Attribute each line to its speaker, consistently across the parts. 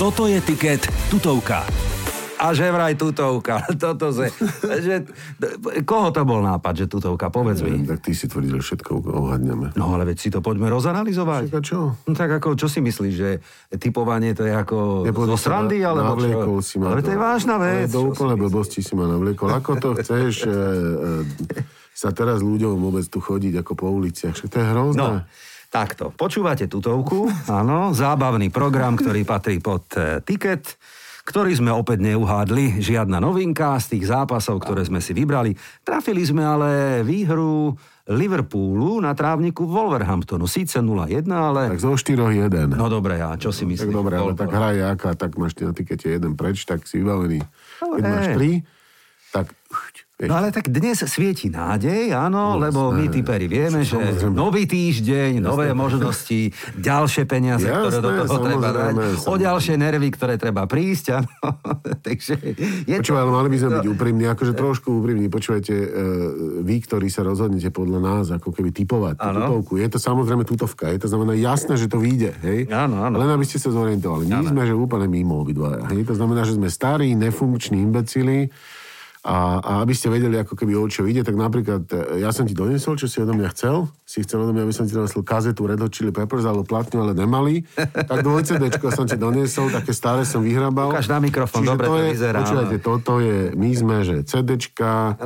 Speaker 1: Toto je tiket tutovka.
Speaker 2: A že vraj tutovka. Toto se, že, koho to bol nápad, že tutovka? Povedz mi.
Speaker 3: Tak ty si tvrdil, všetko ohadneme.
Speaker 2: No ale veď si to poďme rozanalizovať.
Speaker 3: Však a čo?
Speaker 2: No tak ako, čo si myslíš, že typovanie to je ako
Speaker 3: Nepovedal
Speaker 2: zo
Speaker 3: si ma-
Speaker 2: srandy, alebo
Speaker 3: navliekol
Speaker 2: čo?
Speaker 3: si ma
Speaker 2: ale
Speaker 3: do-
Speaker 2: to je vážna
Speaker 3: ale
Speaker 2: vec.
Speaker 3: Do
Speaker 2: čo
Speaker 3: úplne
Speaker 2: si myslíš?
Speaker 3: blbosti si ma navliekol. Ako to chceš e, e, sa teraz ľuďom vôbec tu chodiť ako po uliciach? Však to je hrozné.
Speaker 2: No, takto. Počúvate tutovku, áno, zábavný program, ktorý patrí pod e, tiket, ktorý sme opäť neuhádli. Žiadna novinka z tých zápasov, ktoré sme si vybrali. Trafili sme ale výhru Liverpoolu na trávniku Wolverhamptonu. Síce 0-1, ale...
Speaker 3: Tak zo 4 jeden.
Speaker 2: No dobre, a čo si
Speaker 3: tak
Speaker 2: myslíš?
Speaker 3: dobre, ale
Speaker 2: Koľko?
Speaker 3: tak hra je aká, tak máš ty na tikete jeden preč, tak si vybavený. Keď
Speaker 2: Dobre.
Speaker 3: máš 3, tak... uch, vieš,
Speaker 2: No ale tak dnes svieti nádej, áno, lebo my typeri vieme, že
Speaker 3: Samozrejme.
Speaker 2: nový týždeň, nové možnosti, ďalšie peniaze, ktoré do
Speaker 3: Jasné,
Speaker 2: toho treba dať,
Speaker 3: samozrejme,
Speaker 2: o
Speaker 3: samozrejme.
Speaker 2: ďalšie nervy, ktoré treba prísť, áno. Takže je to...
Speaker 3: Počúvaj, ale mali by sme byť úprimní, akože trošku úprimní. Počúvajte, e, vy, ktorí sa rozhodnete podľa nás, ako keby typovať tú
Speaker 2: Áno.
Speaker 3: tutovku, je to samozrejme tutovka, je to znamená jasné, že to vyjde, hej?
Speaker 2: Áno, áno.
Speaker 3: Len aby ste sa zorientovali. My sme že úplne mimo obidvaja, hej? To znamená, že sme starí, nefunkční imbecili, a, a aby ste vedeli, ako keby o čo ide, tak napríklad e, ja som ti donesol, čo si odo mňa chcel. Si chcel odo mňa, aby som ti donesol kazetu Red Hot Chili Peppers, alebo platňu, ale nemali. Tak dvojce som ti donesol, také staré som vyhrabal.
Speaker 2: Ukáž na mikrofón, dobre to
Speaker 3: je,
Speaker 2: vyzerá,
Speaker 3: Počúvajte,
Speaker 2: áno.
Speaker 3: toto je, my sme, že CDčka,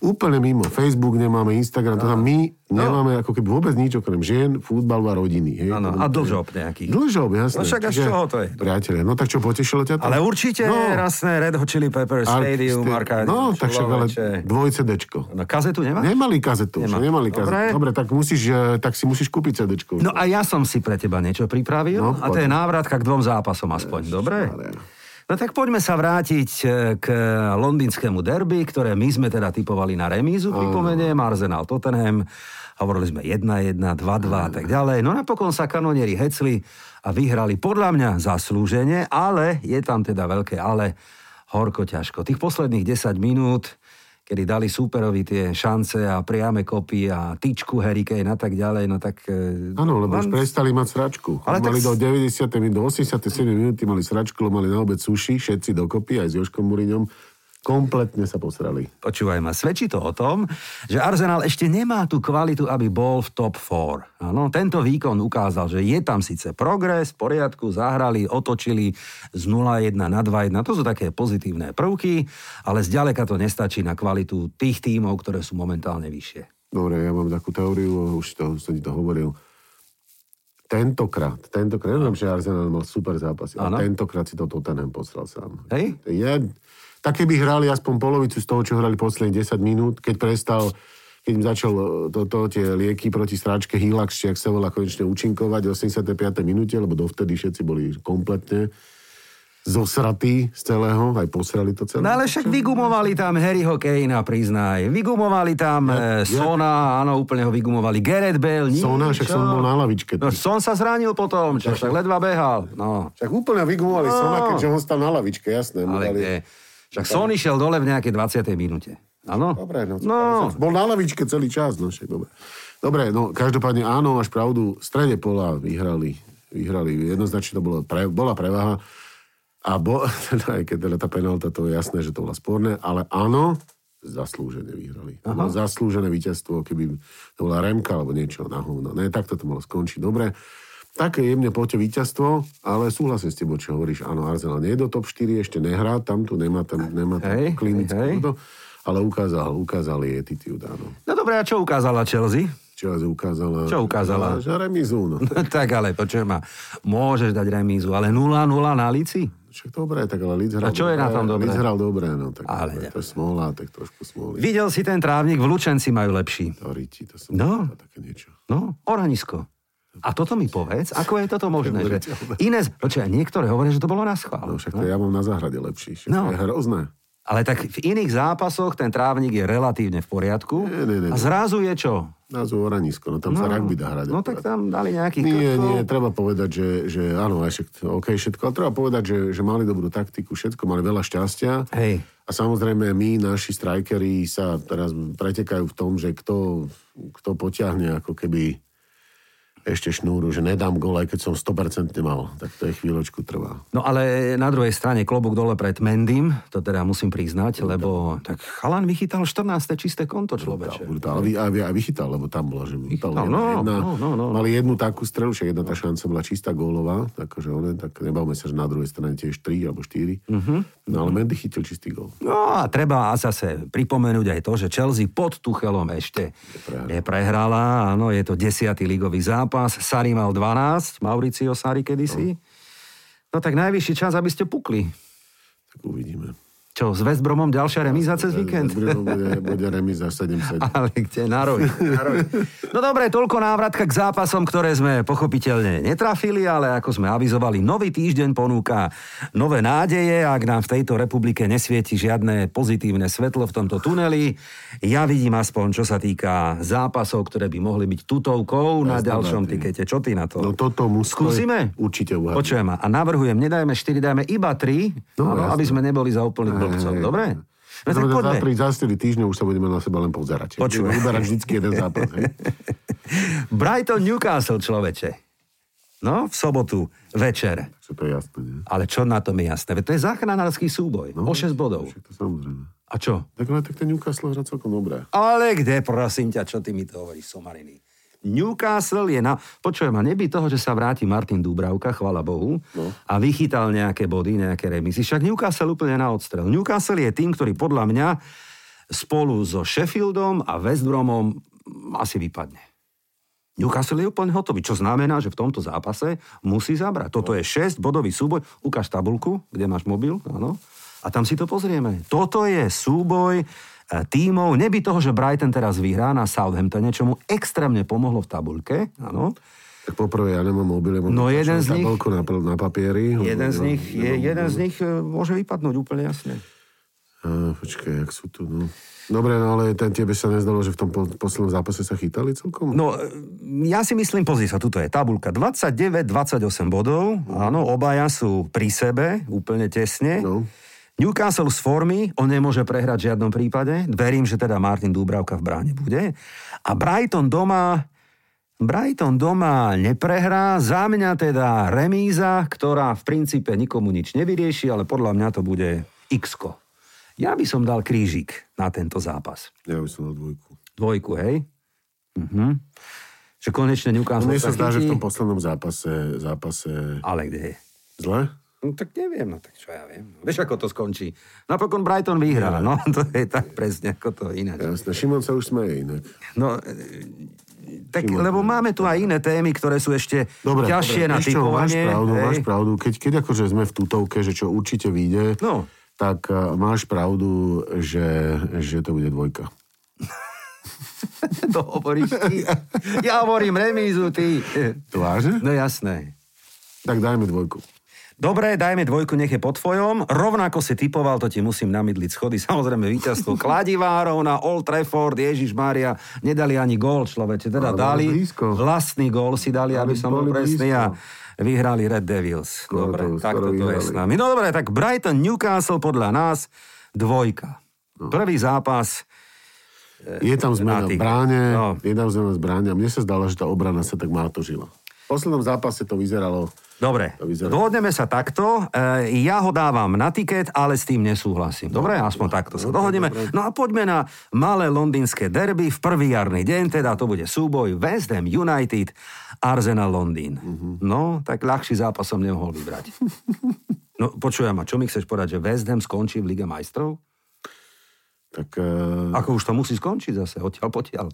Speaker 3: úplne mimo. Facebook nemáme, Instagram, to tam my
Speaker 2: No.
Speaker 3: nemáme ako keby vôbec nič okrem žien, futbalu a rodiny. Hej?
Speaker 2: Áno, a dlžob nejaký.
Speaker 3: Dlžob, jasne.
Speaker 2: No však a z
Speaker 3: Čiže,
Speaker 2: čoho to je?
Speaker 3: Priatelia, no tak čo, potešilo ťa to?
Speaker 2: Ale určite no. rasné Red Hot Chili Peppers,
Speaker 3: Ar-
Speaker 2: Stadium,
Speaker 3: ste-
Speaker 2: Arkádium,
Speaker 3: No, tak však ale
Speaker 2: Človeče.
Speaker 3: dvojcedečko.
Speaker 2: No kazetu nemá?
Speaker 3: Nemali kazetu,
Speaker 2: Nemá.
Speaker 3: Nemá. nemali
Speaker 2: Dobre.
Speaker 3: kazetu. Dobre, tak, musíš, e, tak si musíš kúpiť CDčko.
Speaker 2: No a ja som si pre teba niečo pripravil
Speaker 3: No,
Speaker 2: a to je návratka k dvom zápasom aspoň, dobre? No tak poďme sa vrátiť e, k londýnskému derby, ktoré my sme teda typovali na remízu, pripomeniem, Arsenal Tottenham, hovorili sme 1-1, 2-2 a tak ďalej. No napokon sa kanonieri hecli a vyhrali podľa mňa zaslúžene, ale je tam teda veľké ale, horko ťažko. Tých posledných 10 minút kedy dali súperovi tie šance a priame kopy a tyčku Harry Kane a tak ďalej, no tak... e,
Speaker 3: Áno, lebo už
Speaker 2: len-
Speaker 3: prestali mať sračku.
Speaker 2: Ale
Speaker 3: Ale mali
Speaker 2: tak-
Speaker 3: do 90. do 87. minúty mali sračku, lebo mali na obed suši, všetci dokopy, aj s Joškom Muriňom. Kompletne sa posrali.
Speaker 2: Počúvaj ma, svedčí to o tom, že Arsenal ešte nemá tú kvalitu, aby bol v top 4. Áno, tento výkon ukázal, že je tam síce progres, v poriadku, zahrali, otočili z 0-1 na 2-1, to sú také pozitívne prvky, ale zďaleka to nestačí na kvalitu tých tímov, ktoré sú momentálne vyššie.
Speaker 3: Dobre, ja mám takú teóriu, už to, som ti to hovoril. Tentokrát, tentokrát, neviem, že Arsenal mal super zápas,
Speaker 2: Áno.
Speaker 3: ale tentokrát si to Tottenham posral sám.
Speaker 2: Hej?
Speaker 3: Ja, tak keby hrali aspoň polovicu z toho, čo hrali posledných 10 minút, keď prestal, keď im začal toto, tie lieky proti stráčke Hilax, či ak sa volá, konečne účinkovať v 85. minúte, lebo dovtedy všetci boli kompletne zosratí z celého, aj posrali to celé.
Speaker 2: No ale však vygumovali tam Harryho Kanea, priznaj. Vygumovali tam ja,
Speaker 3: Ja- ja-
Speaker 2: Sona, áno, úplne ho vygumovali. Gareth Bale, nič.
Speaker 3: Sona, však som bol na lavičke.
Speaker 2: No, Son sa zranil potom, čo však ledva behal. No.
Speaker 3: Však úplne
Speaker 2: No.
Speaker 3: vygumovali no. Sona, keďže on stal na lavičke, jasné. mu
Speaker 2: Ale
Speaker 3: dali-
Speaker 2: kde? Však Son išiel dole v nejakej 20. minúte. Áno?
Speaker 3: Dobre, no.
Speaker 2: no.
Speaker 3: Bol na lavičke celý čas, no však dobre. Dobre, no každopádne áno, máš pravdu, v strede pola vyhrali, vyhrali, jednoznačne to bolo, pre, bola prevaha. A bo, teda, aj keď teda tá penálta, to je jasné, že to bola sporné, ale áno, zaslúžene vyhrali. To bolo zaslúžené víťazstvo, keby to bola Remka alebo niečo na hovno. Ne, takto to malo skončiť. Dobre, také jemne poďte víťazstvo, ale súhlasím s tebou, čo hovoríš. Áno, Arsenal nie je do top 4, ešte nehrá, tam tu nemá, tam nemá
Speaker 2: Hej,
Speaker 3: hej, klinickú
Speaker 2: hej, hej.
Speaker 3: hej. No, ale ukázal, ukázal jej attitude, áno.
Speaker 2: No dobre, a čo ukázala Chelsea?
Speaker 3: Čo asi ukázala?
Speaker 2: Čo ukázala?
Speaker 3: Že remizu, no.
Speaker 2: tak ale počujem ma, môžeš dať remízu, ale 0-0 na lici?
Speaker 3: Však dobré, tak ale Leeds hral
Speaker 2: A čo je na tom dobré?
Speaker 3: Leeds hral dobré, no. Tak
Speaker 2: Ale
Speaker 3: ale, to je smola, tak trošku smoly.
Speaker 2: Videl si ten trávnik, v Lučenci majú lepší.
Speaker 3: Toriti, to som
Speaker 2: No.
Speaker 3: povedal, také niečo.
Speaker 2: No, oranisko. A toto mi povedz, ako je toto možné, že iné, z- počkaj, niektoré hovoria, že to bolo na
Speaker 3: No
Speaker 2: schvál.
Speaker 3: však to ja mám na záhrade lepší. Však
Speaker 2: No.
Speaker 3: no. To je hrozné.
Speaker 2: Ale tak v iných zápasoch ten trávnik je relatívne v poriadku
Speaker 3: Nie, nie, nie,
Speaker 2: a
Speaker 3: nie.
Speaker 2: zrazu je čo?
Speaker 3: Názov Oranisko, no tam sa rugby dá hrať.
Speaker 2: no tak
Speaker 3: akurát.
Speaker 2: tam dali nejaký no.
Speaker 3: Nie,
Speaker 2: krkov.
Speaker 3: nie, treba povedať, že, že áno, aj však, OK, všetko, ale treba povedať, že, že mali dobrú taktiku, všetko, mali veľa šťastia.
Speaker 2: Hej.
Speaker 3: A samozrejme, my, naši strajkeri, sa teraz pretekajú v tom, že kto, kto potiahne ako keby e, ešte šnúru, že nedám gól, aj keď som 100% mal. Tak to je chvíľočku trvá.
Speaker 2: No ale na druhej strane klobúk dole pred Mendym, to teda musím priznať, lebo tak chalan vychytal 14. čisté konto človeče.
Speaker 3: Brutál. A, vy, a, vy, a vychytal, lebo tam bola, že vychytal.
Speaker 2: Vychytal, no, no, no, no.
Speaker 3: Mali jednu takú strelu, však jedna tá šanca bola čistá gólová, takže on tak nebavme sa, že na druhej strane tiež 3 alebo 4.
Speaker 2: Mhm.
Speaker 3: No ale Mendy chytil čistý gól.
Speaker 2: No a treba zase pripomenúť aj to, že Chelsea pod Tuchelom ešte
Speaker 3: Neprehrala.
Speaker 2: neprehrala. Áno, je to 10. ligový zápas. Sari mal 12, Mauricio Sari kedysi. No tak najvyšší čas, aby ste pukli.
Speaker 3: Tak uvidíme.
Speaker 2: Čo, s West Bromom
Speaker 3: No,
Speaker 2: ďalšia remíza cez víkend?
Speaker 3: Dobre, no, bude, bude remiza 7-7.
Speaker 2: Ale kde? Na rovi. na rovi. No dobre, toľko návratka k zápasom, ktoré sme pochopiteľne netrafili, ale ako sme avizovali, nový týždeň ponúka nové nádeje. Ak nám v tejto republike nesvieti žiadne pozitívne svetlo v tomto tuneli, ja vidím aspoň, čo sa týka zápasov, ktoré by mohli byť tutovkou na
Speaker 3: Jasné,
Speaker 2: ďalšom
Speaker 3: Martin.
Speaker 2: tikete. Čo ty na to?
Speaker 3: No toto musko...
Speaker 2: Skúsime?
Speaker 3: Určite uhádne.
Speaker 2: Počujem ma. A navrhujem, nedajme 4, dajme iba 3, no,
Speaker 3: No, jasné.
Speaker 2: aby sme neboli za úplných blbcov.
Speaker 3: hej.
Speaker 2: Dobre? No tak
Speaker 3: Znamená,
Speaker 2: poďme.
Speaker 3: Za 3, za 4 týždne už sa budeme na seba len pozerať.
Speaker 2: Počúvaj.
Speaker 3: Budeme Vyberať vždycky jeden zápas. Hej.
Speaker 2: Brighton Newcastle, človeče. No, v sobotu večer.
Speaker 3: Takže to je jasné. Nie?
Speaker 2: Ale čo na tom je jasné? Veď to je záchranársky súboj. No, o 6 bodov.
Speaker 3: Však to samozrejme.
Speaker 2: A čo?
Speaker 3: Tak ale tak ten Newcastle hrá celkom dobré.
Speaker 2: Ale kde, prosím ťa, čo ty mi to hovoríš, somariny? Newcastle je na... Počujem, a neby toho, že sa vráti Martin Dúbravka, chvala Bohu, no. a vychytal nejaké body, nejaké remisy. Však Newcastle úplne na odstrel. Newcastle je tým, ktorý podľa mňa spolu so Sheffieldom a West Bromom mm, asi vypadne. Newcastle je úplne hotový, čo znamená, že v tomto zápase musí zabrať. Toto je 6-bodový súboj. Ukáž tabulku, kde máš mobil, áno. A tam si to pozrieme. Toto je súboj e, tímov. Neby toho, že Brighton teraz vyhrá na Southamptone, čo mu extrémne pomohlo v tabulke, áno.
Speaker 3: Tak poprvé, ja nemám mobile, mám
Speaker 2: No, jeden z nich-
Speaker 3: tabelku na, pl- na papieri.
Speaker 2: Jeden z
Speaker 3: Nemám-
Speaker 2: nich, je,
Speaker 3: nemám-
Speaker 2: jeden z nich e, môže vypadnúť úplne jasne.
Speaker 3: Á, počkaj, jak sú tu, no. Dobre, no ale ten tebe sa nezdalo, že v tom po- poslednom zápase sa chytali celkom?
Speaker 2: No, e, ja si myslím, pozri sa, tuto je tabulka. 29, 28 bodov, áno, obaja sú pri sebe, úplne tesne.
Speaker 3: No.
Speaker 2: Newcastle z formy, on nemôže prehrať v žiadnom prípade. Verím, že teda Martin Dúbravka v bráne bude. A Brighton doma, Brighton doma neprehrá. Za mňa teda remíza, ktorá v princípe nikomu nič nevyrieši, ale podľa mňa to bude x Ja by som dal krížik na tento zápas.
Speaker 3: Ja by som dal dvojku.
Speaker 2: Dvojku, hej? Mhm. Že konečne
Speaker 3: No,
Speaker 2: Newcastle
Speaker 3: mne sa zdá, že
Speaker 2: chytí.
Speaker 3: v tom poslednom zápase, zápase
Speaker 2: Ale kde je?
Speaker 3: zle?
Speaker 2: No tak neviem, no tak čo ja viem. Vieš, ako to skončí. Napokon Brighton vyhrá, no to je tak presne ako to ináč.
Speaker 3: Jasné, Šimon sa už smeje inak.
Speaker 2: No, e, tak, lebo máme tu aj iné témy, ktoré sú ešte
Speaker 3: Dobre,
Speaker 2: ťažšie
Speaker 3: dobre.
Speaker 2: na
Speaker 3: Vieš čo, Máš
Speaker 2: typovanie.
Speaker 3: pravdu,
Speaker 2: hej.
Speaker 3: máš pravdu. Keď, keď akože sme v tutovke, že čo určite vyjde,
Speaker 2: No.
Speaker 3: tak uh, máš pravdu, že, že to bude dvojka.
Speaker 2: To hovoríš ty. Ja hovorím remízu, ty.
Speaker 3: To vážne?
Speaker 2: No jasné.
Speaker 3: Tak dajme dvojku.
Speaker 2: Dobre, dajme dvojku, nech je po tvojom. Rovnako si typoval, to ti musím namydliť schody. Samozrejme, víťazstvo Kladivárov na Old Trafford, Ježiš Mária, nedali ani gól človeče. Teda
Speaker 3: Ale boli
Speaker 2: dali,
Speaker 3: blízko.
Speaker 2: vlastný gól si dali,
Speaker 3: Ale
Speaker 2: aby som bol
Speaker 3: boli
Speaker 2: presný a
Speaker 3: blízko.
Speaker 2: vyhrali Red Devils.
Speaker 3: Skoro
Speaker 2: dobre,
Speaker 3: to-
Speaker 2: takto
Speaker 3: skoro
Speaker 2: to je
Speaker 3: vyhrali.
Speaker 2: s nami. No dobre, tak Brighton Newcastle podľa nás dvojka.
Speaker 3: No.
Speaker 2: Prvý zápas
Speaker 3: Je tam zmena
Speaker 2: na
Speaker 3: v
Speaker 2: tých-
Speaker 3: bráne,
Speaker 2: Eh, no.
Speaker 3: je tam zmena v bráne a mne sa zdalo, že tá obrana sa tak mátožila. V poslednom zápase to vyzeralo...
Speaker 2: Dobre,
Speaker 3: To vyzerá.
Speaker 2: dohodneme sa takto. E, ja ho dávam na tiket, ale s tým nesúhlasím. Dobre,
Speaker 3: No,
Speaker 2: aspoň takto sa dohodneme. No a poďme na malé londýnske derby v prvý jarný deň, teda to bude súboj West Ham United, Arsenal Londýn.
Speaker 3: Mhm.
Speaker 2: No, tak ľahší zápas som nemohol vybrať. No, počujem ma, čo mi chceš povedať, že West Ham skončí v Lige majstrov?
Speaker 3: Tak, uh,
Speaker 2: Ako už to musí skončiť zase, odtiaľ potiaľ.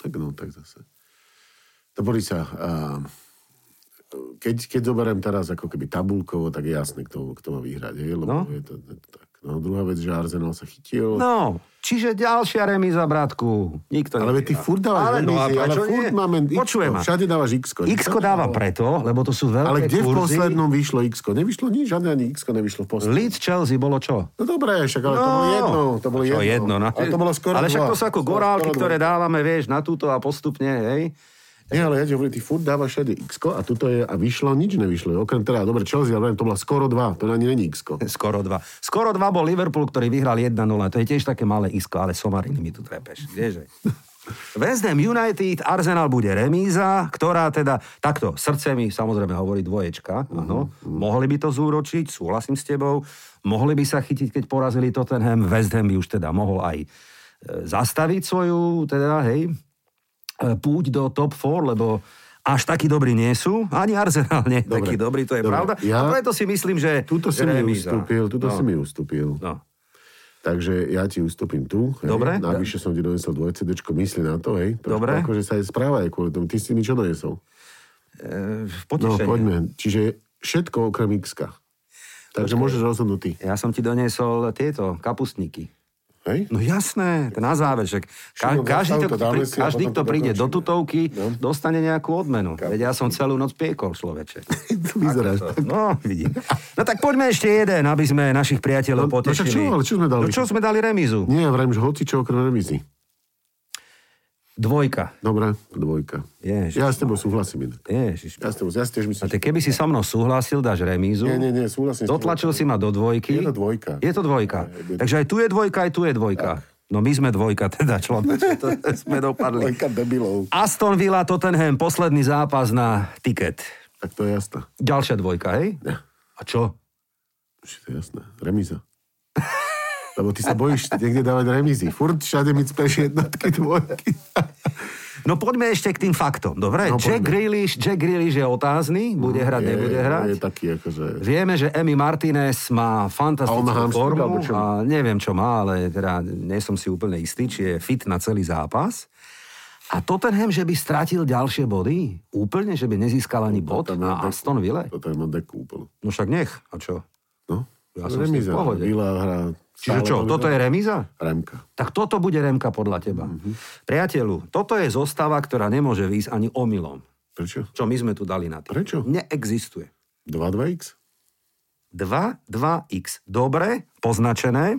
Speaker 3: tak no, tak zase. To boli sa... Uh, keď, keď zoberiem teraz ako keby tabulkovo, tak je jasné, kto, kto má vyhrať. Hej? Lebo
Speaker 2: No.
Speaker 3: je to, je to tak. No, druhá vec, že Arsenal sa chytil.
Speaker 2: No, čiže ďalšia remíza, bratku. Nikto
Speaker 3: Ale veď ty
Speaker 2: nevyhral.
Speaker 3: furt dávaš
Speaker 2: ale, no, a
Speaker 3: remízy, ale
Speaker 2: prečo
Speaker 3: furt
Speaker 2: nie?
Speaker 3: máme X-ko,
Speaker 2: Počujem ma.
Speaker 3: všade dávaš X-ko.
Speaker 2: X dáva preto, lebo to sú veľké
Speaker 3: No. Ale kde v
Speaker 2: kurzy.
Speaker 3: poslednom vyšlo X? Nevyšlo nič, žiadne ani X nevyšlo v poslednom.
Speaker 2: Leeds Chelsea bolo čo?
Speaker 3: No dobré, však ale to bolo jedno. To bolo
Speaker 2: čo
Speaker 3: jedno.
Speaker 2: No. jedno no.
Speaker 3: ale to bolo skoro
Speaker 2: Ale však
Speaker 3: dva.
Speaker 2: to sú ako
Speaker 3: Skoro-
Speaker 2: gorálky,
Speaker 3: skoro dva.
Speaker 2: ktoré dávame, vieš, na túto a postupne, hej.
Speaker 3: Nie, ale ja ti hovorím, ty furt dávaš všade X a tuto je, a vyšlo, nič nevyšlo. Okrem teda, dobre, Chelsea, ale to bola skoro dva, to ani není X.
Speaker 2: Skoro dva. Skoro dva bol Liverpool, ktorý vyhral 1-0. To je tiež také malé isko, ale somariny mi tu trepeš. Kdeže? West Ham United, Arsenal bude remíza, ktorá teda, takto, srdce mi samozrejme hovorí dvoječka,
Speaker 3: Mhm,
Speaker 2: áno, mohli by to zúročiť, súhlasím s tebou, mohli by sa chytiť, keď porazili Tottenham, West Ham by už teda mohol aj e, zastaviť svoju, teda, hej, e, púť do top 4, lebo až takí dobrí nie sú, ani Arsenal nie je
Speaker 3: Dobre.
Speaker 2: taký dobrý, to je
Speaker 3: Dobre.
Speaker 2: pravda.
Speaker 3: Ja-
Speaker 2: A preto si myslím, že
Speaker 3: Tuto si mi
Speaker 2: remíza.
Speaker 3: ustúpil, tuto
Speaker 2: no.
Speaker 3: si mi ustúpil.
Speaker 2: No.
Speaker 3: Takže ja ti ustúpim tu. Hej.
Speaker 2: Dobre.
Speaker 3: Navyše som ti donesol dvojcedečko, myslí na to, hej. Trošku
Speaker 2: Dobre.
Speaker 3: Akože sa aj správa aj kvôli tomu. Ty si mi čo donesol?
Speaker 2: E,
Speaker 3: No,
Speaker 2: potešenie.
Speaker 3: poďme. Čiže všetko okrem x Takže môžeš rozhodnúť ty.
Speaker 2: Ja som ti doniesol tieto kapustníky.
Speaker 3: Hej?
Speaker 2: No jasné, to na záver, však ka-
Speaker 3: Všetko
Speaker 2: každý,
Speaker 3: dáš
Speaker 2: to,
Speaker 3: auto, dáme
Speaker 2: pri-
Speaker 3: si a
Speaker 2: každý,
Speaker 3: potom
Speaker 2: kto
Speaker 3: to
Speaker 2: príde do
Speaker 3: dokončíme.
Speaker 2: tutovky,
Speaker 3: No.
Speaker 2: dostane nejakú odmenu. Veď ja som celú noc piekol, človeče.
Speaker 3: to vyzeráš.
Speaker 2: Ako to? No, vidím. No tak poďme ešte jeden, aby sme našich priateľov
Speaker 3: No, no však
Speaker 2: potešili.
Speaker 3: čo, ale čo sme dali?
Speaker 2: No čo sme dali remizu?
Speaker 3: Nie, ja vrajím, že hoci čo okrem remizy.
Speaker 2: Dvojka.
Speaker 3: Dobre, dvojka.
Speaker 2: Ježiš.
Speaker 3: ja s tebou súhlasím inak.
Speaker 2: Ježiš.
Speaker 3: Ja s tebou, ja si tiež
Speaker 2: A
Speaker 3: myslím.
Speaker 2: ty, keby si so mnou súhlasil, dáš remízu.
Speaker 3: Nie, nie, nie, súhlasím s tebou.
Speaker 2: Dotlačil si ma do dvojky.
Speaker 3: Je to dvojka.
Speaker 2: Je to dvojka.
Speaker 3: Aj, je-
Speaker 2: Takže aj tu je dvojka, aj tu je dvojka. No my sme dvojka, teda človek. To sme dopadli.
Speaker 3: Dvojka debilov.
Speaker 2: Aston Villa, Tottenham, posledný zápas na tiket.
Speaker 3: Tak to je jasné.
Speaker 2: Ďalšia dvojka, hej?
Speaker 3: Ne.
Speaker 2: A čo?
Speaker 3: Už je to jasné. Remíza. Lebo ty sa bojíš niekde dávať remízy. Furt všade mi speš jednotky, dvojky.
Speaker 2: No poďme ešte k tým faktom, dobre?
Speaker 3: No,
Speaker 2: Jack,
Speaker 3: poďme. No,
Speaker 2: Grealish, Jack Grealish je otázny, bude hrať,
Speaker 3: Je-
Speaker 2: nebude
Speaker 3: Je
Speaker 2: hrať.
Speaker 3: taký akože...
Speaker 2: Vieme, že Emi Martinez má
Speaker 3: A on má
Speaker 2: fantastickú
Speaker 3: hamstring,
Speaker 2: formu
Speaker 3: alebo čo?
Speaker 2: a neviem, čo má, ale teda nie som si úplne istý, či je fit na celý zápas. A Tottenham, že by stratil ďalšie body? Úplne, že by nezískal ani bod
Speaker 3: Toto má
Speaker 2: na
Speaker 3: deku.
Speaker 2: Aston Ville?
Speaker 3: Toto je má deku úplne.
Speaker 2: No však nech. A čo?
Speaker 3: No.
Speaker 2: Ja som s tým v
Speaker 3: Remíza.
Speaker 2: pohode.
Speaker 3: Vila hrá...
Speaker 2: Čiže
Speaker 3: stále
Speaker 2: čo,
Speaker 3: dobre.
Speaker 2: toto je remíza?
Speaker 3: Remka.
Speaker 2: Tak toto bude Remka podľa teba.
Speaker 3: Mhm.
Speaker 2: Mm-hmm. Priateľu, toto je zostava, ktorá nemôže výjsť ani omylom.
Speaker 3: Prečo?
Speaker 2: Čo my sme tu dali na tým.
Speaker 3: Prečo?
Speaker 2: Neexistuje.
Speaker 3: 2-2x?
Speaker 2: 2, 2x. Dobre, poznačené.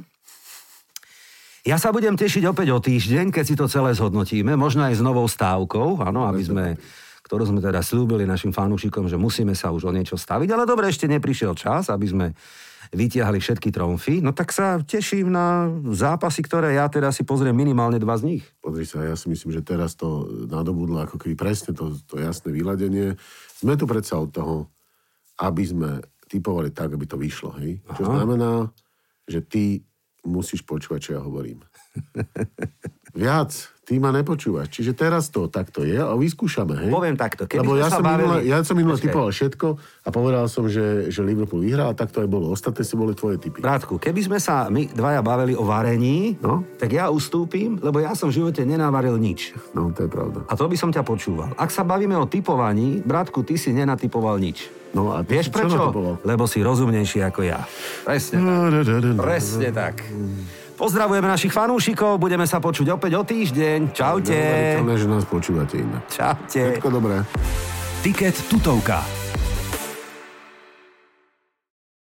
Speaker 2: Ja sa budem tešiť opäť o týždeň, keď si to celé zhodnotíme, možno aj s novou stávkou, áno, aby sme, ktorú sme teda slúbili našim fanúšikom, že musíme sa už o niečo staviť, ale dobre, ešte neprišiel čas, aby sme vytiahli všetky tromfy, no tak sa teším na zápasy, ktoré ja teda si pozriem minimálne dva z nich.
Speaker 3: Pozri sa, ja si myslím, že teraz to nadobudlo ako keby presne to, to jasné vyladenie. Sme tu predsa od toho, aby sme typovali tak, aby to vyšlo, hej? Čo znamená, že ty musíš počúvať, čo ja hovorím. Viac, ty ma nepočúvaš. Čiže teraz to takto je a vyskúšame, hej?
Speaker 2: Poviem takto, keby
Speaker 3: Lebo
Speaker 2: sme
Speaker 3: ja
Speaker 2: sa
Speaker 3: som,
Speaker 2: bavili-
Speaker 3: minule, ja som minule
Speaker 2: Počkaj.
Speaker 3: typoval všetko a povedal som, že, že Liverpool vyhrá a tak to aj bolo. Ostatné si boli tvoje typy.
Speaker 2: Bratku, keby sme sa my dvaja bavili o varení,
Speaker 3: No.
Speaker 2: tak ja ustúpim, lebo ja som v živote nenavaril nič.
Speaker 3: No, to je pravda.
Speaker 2: A to by som ťa počúval. Ak sa bavíme o typovaní, bratku, ty si nenatypoval nič.
Speaker 3: No a ty
Speaker 2: Vieš
Speaker 3: si čo
Speaker 2: prečo?
Speaker 3: natypoval?
Speaker 2: Lebo si rozumnejší ako ja. Presne tak. Presne tak. Pozdravujeme našich fanúšikov, budeme sa počuť opäť o týždeň. Čaute.
Speaker 3: Neuveriteľné, že nás počúvate inak.
Speaker 2: Čaute.
Speaker 3: Všetko dobré.
Speaker 1: Tiket tutovka.